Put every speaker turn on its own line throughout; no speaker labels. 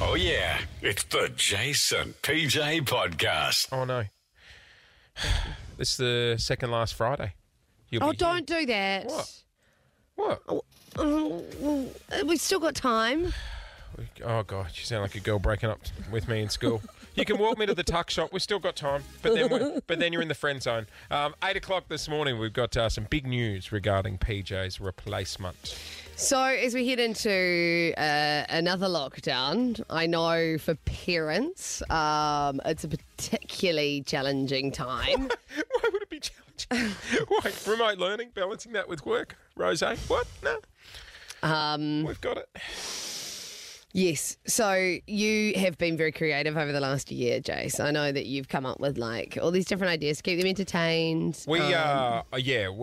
Oh, yeah, it's the Jason PJ podcast.
Oh no. It's the second last Friday. You'll
Oh,
be-
don't do that.
What? What?
Oh, well, uh, we've still got time.
Oh god, you sound like a girl breaking up with me in school. You can walk me to the tuck shop. We've still got time, but then we're, but then you're in the friend zone. Um, Eight o'clock this morning, we've got uh, some big news regarding PJ's replacement.
So, as we head into uh, another lockdown, I know for parents, um, it's a particularly challenging time.
Why would it be challenging? Why remote learning, balancing that with work, Rose? eh? What? No,
um,
we've got it.
yes. So, you have been very creative over the last year, Jace. I know that you've come up with like all these different ideas to keep them entertained.
We
Um,
uh yeah,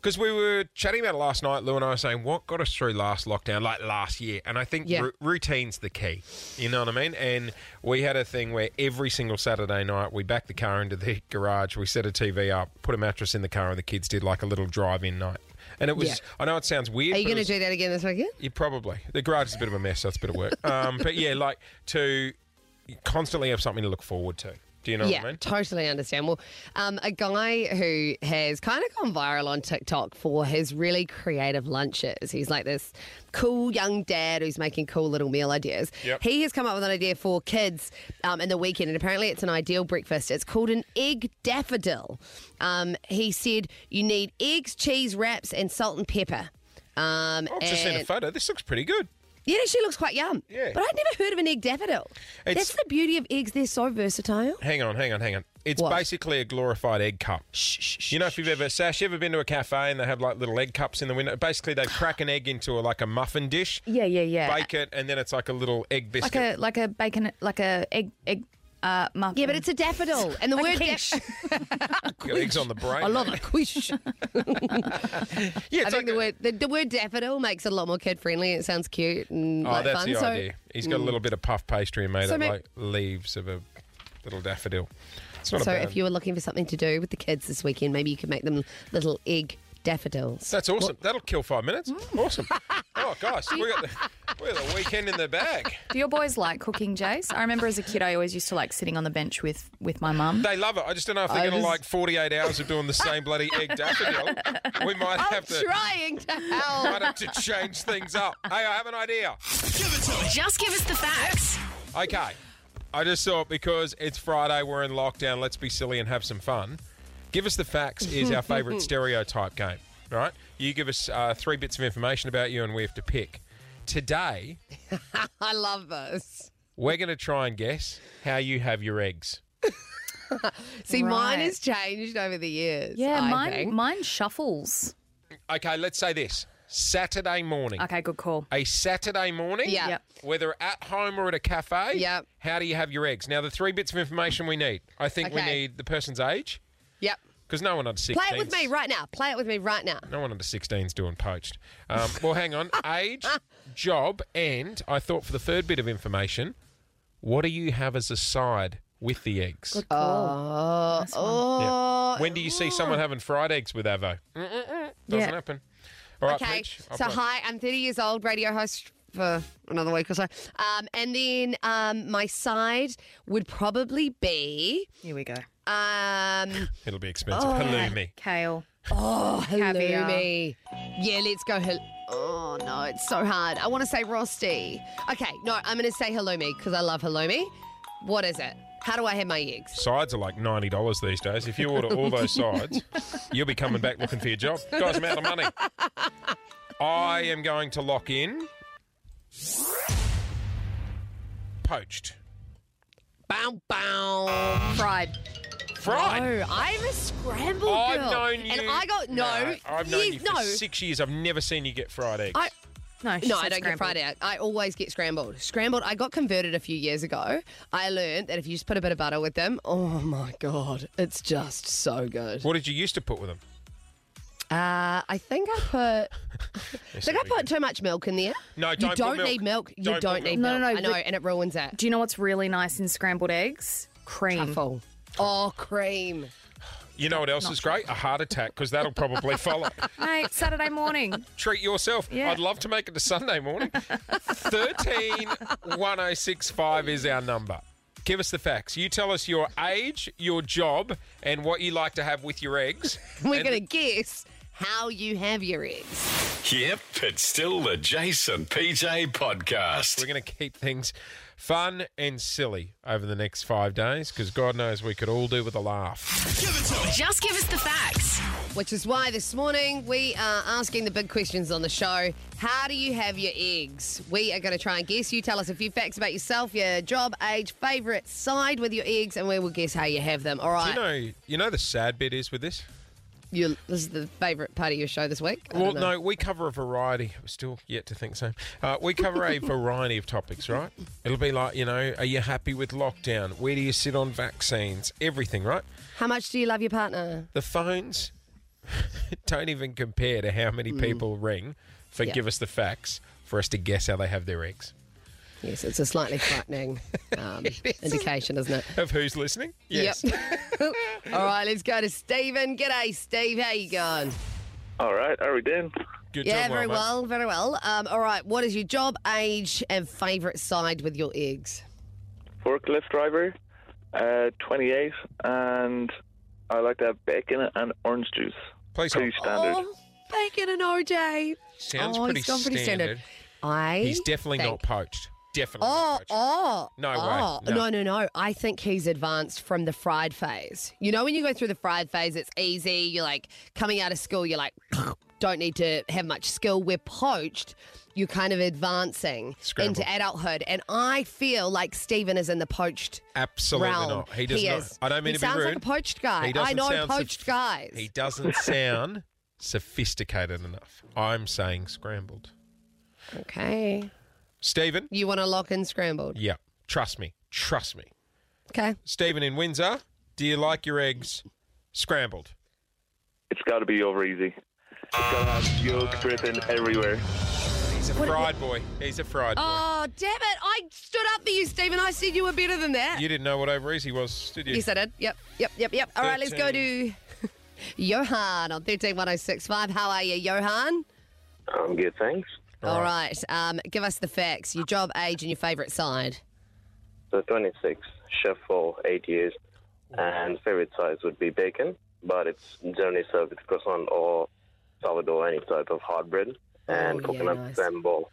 because we were chatting about it last night. Lou and I were saying what got us through last lockdown, like last year, and I think
Yeah.
ru- routine's the key. You know what I mean? And we had a thing where every single Saturday night we backed the car into the garage, we set a TV up, put a mattress in the car, and the kids did like a little drive-in night. And it was
Yeah.
I know it sounds weird.
Are you
but it
going to
was-
do that again this weekend?
you probably the garage is a bit of a mess. That's a bit of work. um, but yeah, like to constantly have something to look forward to. Do you know
yeah,
what I mean?
totally understand. Well, um, a guy who has kind of gone viral on TikTok for his really creative lunches. He's like this cool young dad who's making cool little meal ideas.
Yep.
He has come up with an idea for kids um, in the weekend, and apparently it's an ideal breakfast. It's called an egg daffodil. Um, he said you need eggs, cheese wraps, and salt and pepper. Um,
I've just seen a
and-
photo. This looks pretty good.
Yeah, it actually looks quite yum.
Yeah.
But I'd never heard of an egg daffodil.
It's-
That's the beauty of eggs. They're so versatile.
Hang on, hang on, hang on. It's
What?
basically a glorified egg cup. You know, if you've ever, Sash, you ever been to a cafe and they have like little egg cups in the window? Basically, they crack an egg into a, like a muffin dish,
Yeah, yeah, yeah.
bake it, and then it's like a little egg biscuit.
like a like a bacon like a egg egg uh muffin.
Yeah, but it's a daffodil, and the
Like a
word
quiche.
daff-
Got eggs on the brain.
I love it. Quiche.
Yeah,
I
it's
think
like
the
a-
word the, the word daffodil makes it a lot more kid friendly. It sounds cute and
Oh,
like
that's
fun.
the
so Mm.
idea. He's got a little bit of puff pastry and made
So
it
may-
like leaves of a little daffodil. It's not
so
a bad.
if you were looking for something to do with the kids this weekend, maybe you could make them little egg daffodils.
That's awesome. That'll kill five minutes.
Mm.
Awesome. oh, gosh. We got, the, we got the weekend in the bag.
Do your boys like cooking, Jace? I remember as a kid, I always used to like sitting on the bench with with my mum.
They love it. I just don't know if they're
I
going to
just-
like 48 hours of doing the same bloody egg daffodil. We might have to
Trying to help.
might have to change things up. Hey, I have an idea.
Just give us the facts.
Okay. I just thought because it's Friday, we're in lockdown, let's be silly and have some fun. Give us the facts is our favourite stereotype game, right? You give us uh, three bits of information about you and we have to pick. Today,
I love this.
we're going to try and guess how you have your eggs.
See, mine
Right.
has changed over the years.
yeah,
I
mine
think.
mine shuffles.
Okay, let's say this Saturday morning.
Okay, good call.
a Saturday morning,
Yeah.
Yep.
whether at home or at a cafe,
Yep.
how do you have your eggs? Now, the three bits of information we need. I think we
Okay.
need the person's age,
Yep.
because no one under 16.
Play it with me right now. Play it with me right now.
No one under 16's doing poached. Um, well, hang on. Age, job, and I thought for the third bit of information, what do you have as a side with the eggs?
Oh,
Yeah.
oh.
when do you see someone having fried eggs with Avo? Mm-mm-mm. Doesn't
Yeah.
happen. All right,
Okay.
Peach, I'll
so
play.
hi, I'm 30 years old, radio host for another week or so. Um, and then um, my side would probably be
Here we go.
um,
It'll be
Oh.
expensive. Halloumi.
Kale.
oh
Caviar.
halloumi. Yeah, let's go. Hal- oh no, it's so hard. I want to say rosti. Okay, no, I'm going to say halloumi because I love halloumi. What is it? How do I have my eggs?
Sides are like ninety dollars these days. If you order all those sides, you'll be coming back looking for your job. Guys, I'm out of money. I am going to lock in poached,
Bow bow.
Fried.
fried.
No, Oh, I'm a scrambled
I've
girl.
known you.
And I got no.
I've known
yes,
you for
no.
six years. I've never seen you get fried eggs.
I,
No, she
No,
said
I don't get
scrambled.
fried out. I always get scrambled. Scrambled. I got converted a few years ago. I learned that if you just put a bit of butter with them, oh my god, it's just so good.
what did you used to put with them?
Uh, I think I put. I think I
pretty
put too much milk in there.
No,
you
don't put
don't
milk.
need milk. You
Don't
don't,
put
need
milk.
milk.
No, no, no,
I know,
but-
and it ruins it.
Do
Mm.
you know what's really nice in scrambled eggs? Cream.
Truffle. Oh, cream.
You know what else is great? A heart attack, because that'll probably follow.
Mate, Saturday morning.
Treat yourself.
Yeah.
I'd love to make it to Sunday morning. 13 1065 is our number. Give us the facts. You tell us your age, your job, and what you like to have with your eggs.
We're
And-
going to guess how you have your eggs.
Yep, it's still the Jason PJ podcast.
We're going to keep things fun and silly over the next five days because God knows we could all do with a laugh.
Give it to us.
Just give us the facts.
Which is why this morning we are asking the big questions on the show. How do you have your eggs? We are going to try and guess. You tell us a few facts about yourself, your job, age, favourite side with your eggs, and we will guess how you have them. All
Do
right.
you know, you know the sad bit is with this?
Your- this is the favourite part of your show this week. I
Well,
don't know.
no, we cover a variety. Still yet to think so. Uh, we cover a variety of topics, right? It'll be like, you know, are you happy with lockdown? Where do you sit on vaccines? Everything, right?
How much do you love your partner?
The phones don't even compare to how many people ring for
Hmm. Yeah.
give us the facts for us to guess how they have their eggs.
Yes, it's a slightly frightening um, indication, isn't it?
Of who's listening? Yes.
Yep. All right, let's go to Stephen. G'day, Steve. How you going?
All right, are we done?
Good
Yeah,
doing
very
mate.
well, very well. Um, all right, what is your job, age, and favourite side with your eggs?
Forklift driver, uh, 28, and I like to have bacon and orange juice.
Please
Pretty
hold.
standard.
Oh, bacon and OJ.
Sounds
oh,
pretty,
he's gone pretty standard.
standard.
I.
He's definitely
think-
not poached. Definitely.
Oh,
not poached.
oh.
No way.
oh.
No.
No, no, no. I think he's advanced from the fried phase. You know, when you go through the fried phase, it's easy. You're like coming out of school, you're like, don't need to have much skill. We're poached. You're kind of advancing
Scrambled.
into adulthood. And I feel like Stephen is in the poached
Absolutely
realm.
not. He does not.
is.
I don't mean
he
to be
sounds
rude.
like a poached guy.
He doesn't
I know
sound
poached
soph-
guys.
He doesn't sound sophisticated enough. I'm saying scrambled.
Okay.
Stephen?
You want to lock in scrambled?
Yeah. Trust me. Trust me.
Okay.
Stephen in Windsor, do you like your eggs scrambled?
It's got to be over easy. It's got to have yolk dripping everywhere.
He's a fried boy. He's a fried boy.
Oh, damn it. I stood up for you, Stephen. I said you were better than that.
You didn't know what over easy was, did you?
Yes, I did. Yep, yep, yep, yep. All right, let's go to Johan on 131065. How are you, Johan?
I'm good, thanks.
All right. Um, give us the facts, your job, age, and your favourite side.
So 26, chef for eight years, and favorite size would be bacon, but it's generally served with croissant or sourdough, any type of hard bread,
Oh,
and
yeah,
coconut
nice.
sambal,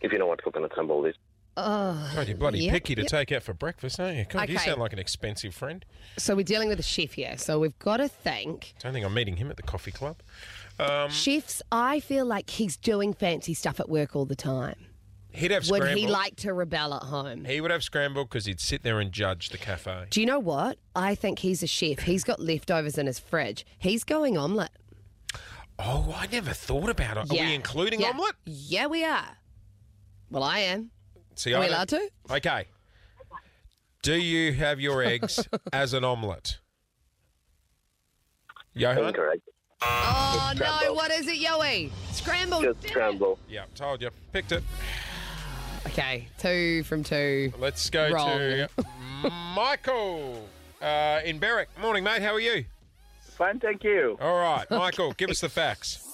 if you know what coconut sambal is.
Oh,
God, you're bloody
Yep,
picky to
yep.
take out for breakfast, aren't you? God, you
Okay.
sound like an expensive friend.
so we're dealing with a chef here. So we've got to think.
Don't think I'm meeting him at the coffee club. Um,
Chefs, I feel like he's doing fancy stuff at work all the time.
He'd have
Would
scrambled.
he like to rebel at home?
He would have scrambled because he'd sit there and judge the cafe.
Do you know what? I think he's a chef. He's got leftovers in his fridge. He's going omelette.
Oh, I never thought about it. Are we including
yeah.
omelette?
Yeah, we are. Well, I am.
See,
Are we
don't-
allowed to?
Okay. Do you have your eggs as an omelette? Johan?
Incorrect.
Oh no,
scrambled.
what is it, Yoey? Scrambled.
Just
damn it.
scramble.
Yeah, told you. Picked it.
Okay, two from two.
Let's go to Michael uh, in Berwick. Morning, mate. How are you?
Fine, thank you.
All right, Michael, give us the facts.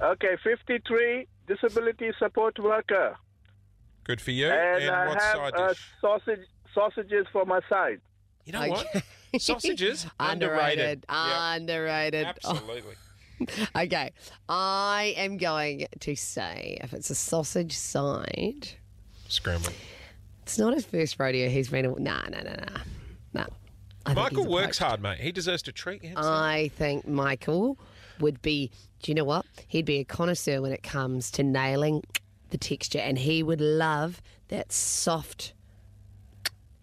Okay, 53, disability support worker.
Good for you.
And, I
what
have
side
uh,
dish?
sausage, sausages for my side.
You know what? Sausages?
Underrated.
Yeah,
Underrated. Oh,
absolutely.
okay, I am going to say if it's a sausage side,
Scrambled.
it's not his first rodeo. He's been. A, nah, nah, nah, nah, nah. I think
Michael
he's a Um,
works
poached.
hard, mate. He deserves to treat him.
I think Michael would be. Do you know what? He'd be a connoisseur when it comes to nailing the texture, and he would love that soft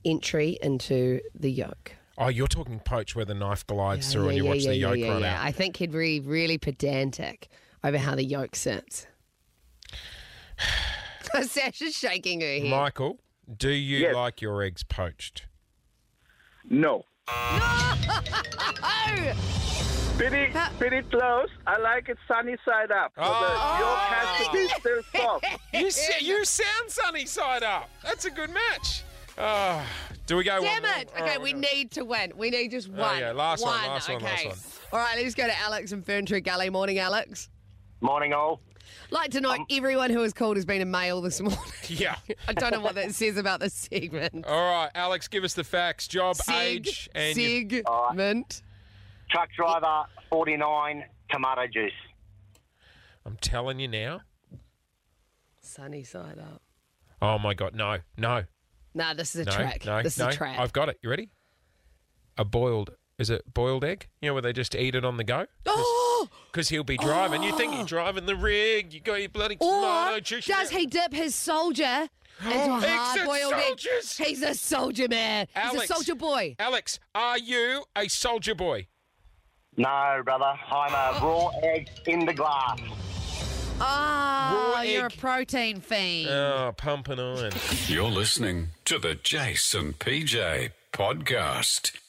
entry into the yolk.
Oh, you're talking poach where the knife glides through
Yeah,
and you
yeah,
watch
yeah,
the
yeah,
yolk
yeah,
run
yeah.
out.
I think he'd be really pedantic over how the yolk sits. Sasha's shaking her head.
Michael, do you
Yes.
like your eggs poached?
No.
Oh,
Pretty, pretty close. I like it sunny side up. So the yolk has to be still soft.
You, s- you sound sunny side up. That's a good match. Ah, Do we go one
Damn
more?
it!
All
Okay,
right,
we
go.
need to win. We need just one.
Oh, yeah, last one,
one.
last one, last
okay.
one.
All right, let's go to Alex in Ferntree Gully. Morning, Alex.
Morning, all. Um,
Like to know everyone who has called has been a male this morning.
Yeah.
I don't know what that says about this segment.
All right, Alex, give us the facts. Job,
Sig,
age, and your-
segment.
Truck driver, 49, tomato juice.
I'm telling you now.
Sunny side up.
Oh my God, no, no,
Nah, this is a
no,
trick.
no,
this
no.
is a trap.
I've got it. You ready? A boiled. Is it boiled egg? You know where they just eat it on the go?
Oh,
Because he'll be driving. You think you're driving the rig? You got your bloody tomato
or
juice.
does he dip his soldier into
Exit
hard-boiled egg?
soldiers!
He's a soldier man.
Alex.
He's a soldier boy.
Alex, are you a soldier boy?
No, brother, I'm a raw egg in the glass.
Oh,
Raw
you're a
egg.
protein fiend.
Oh, pumping on.
You're listening to the Jason PJ podcast.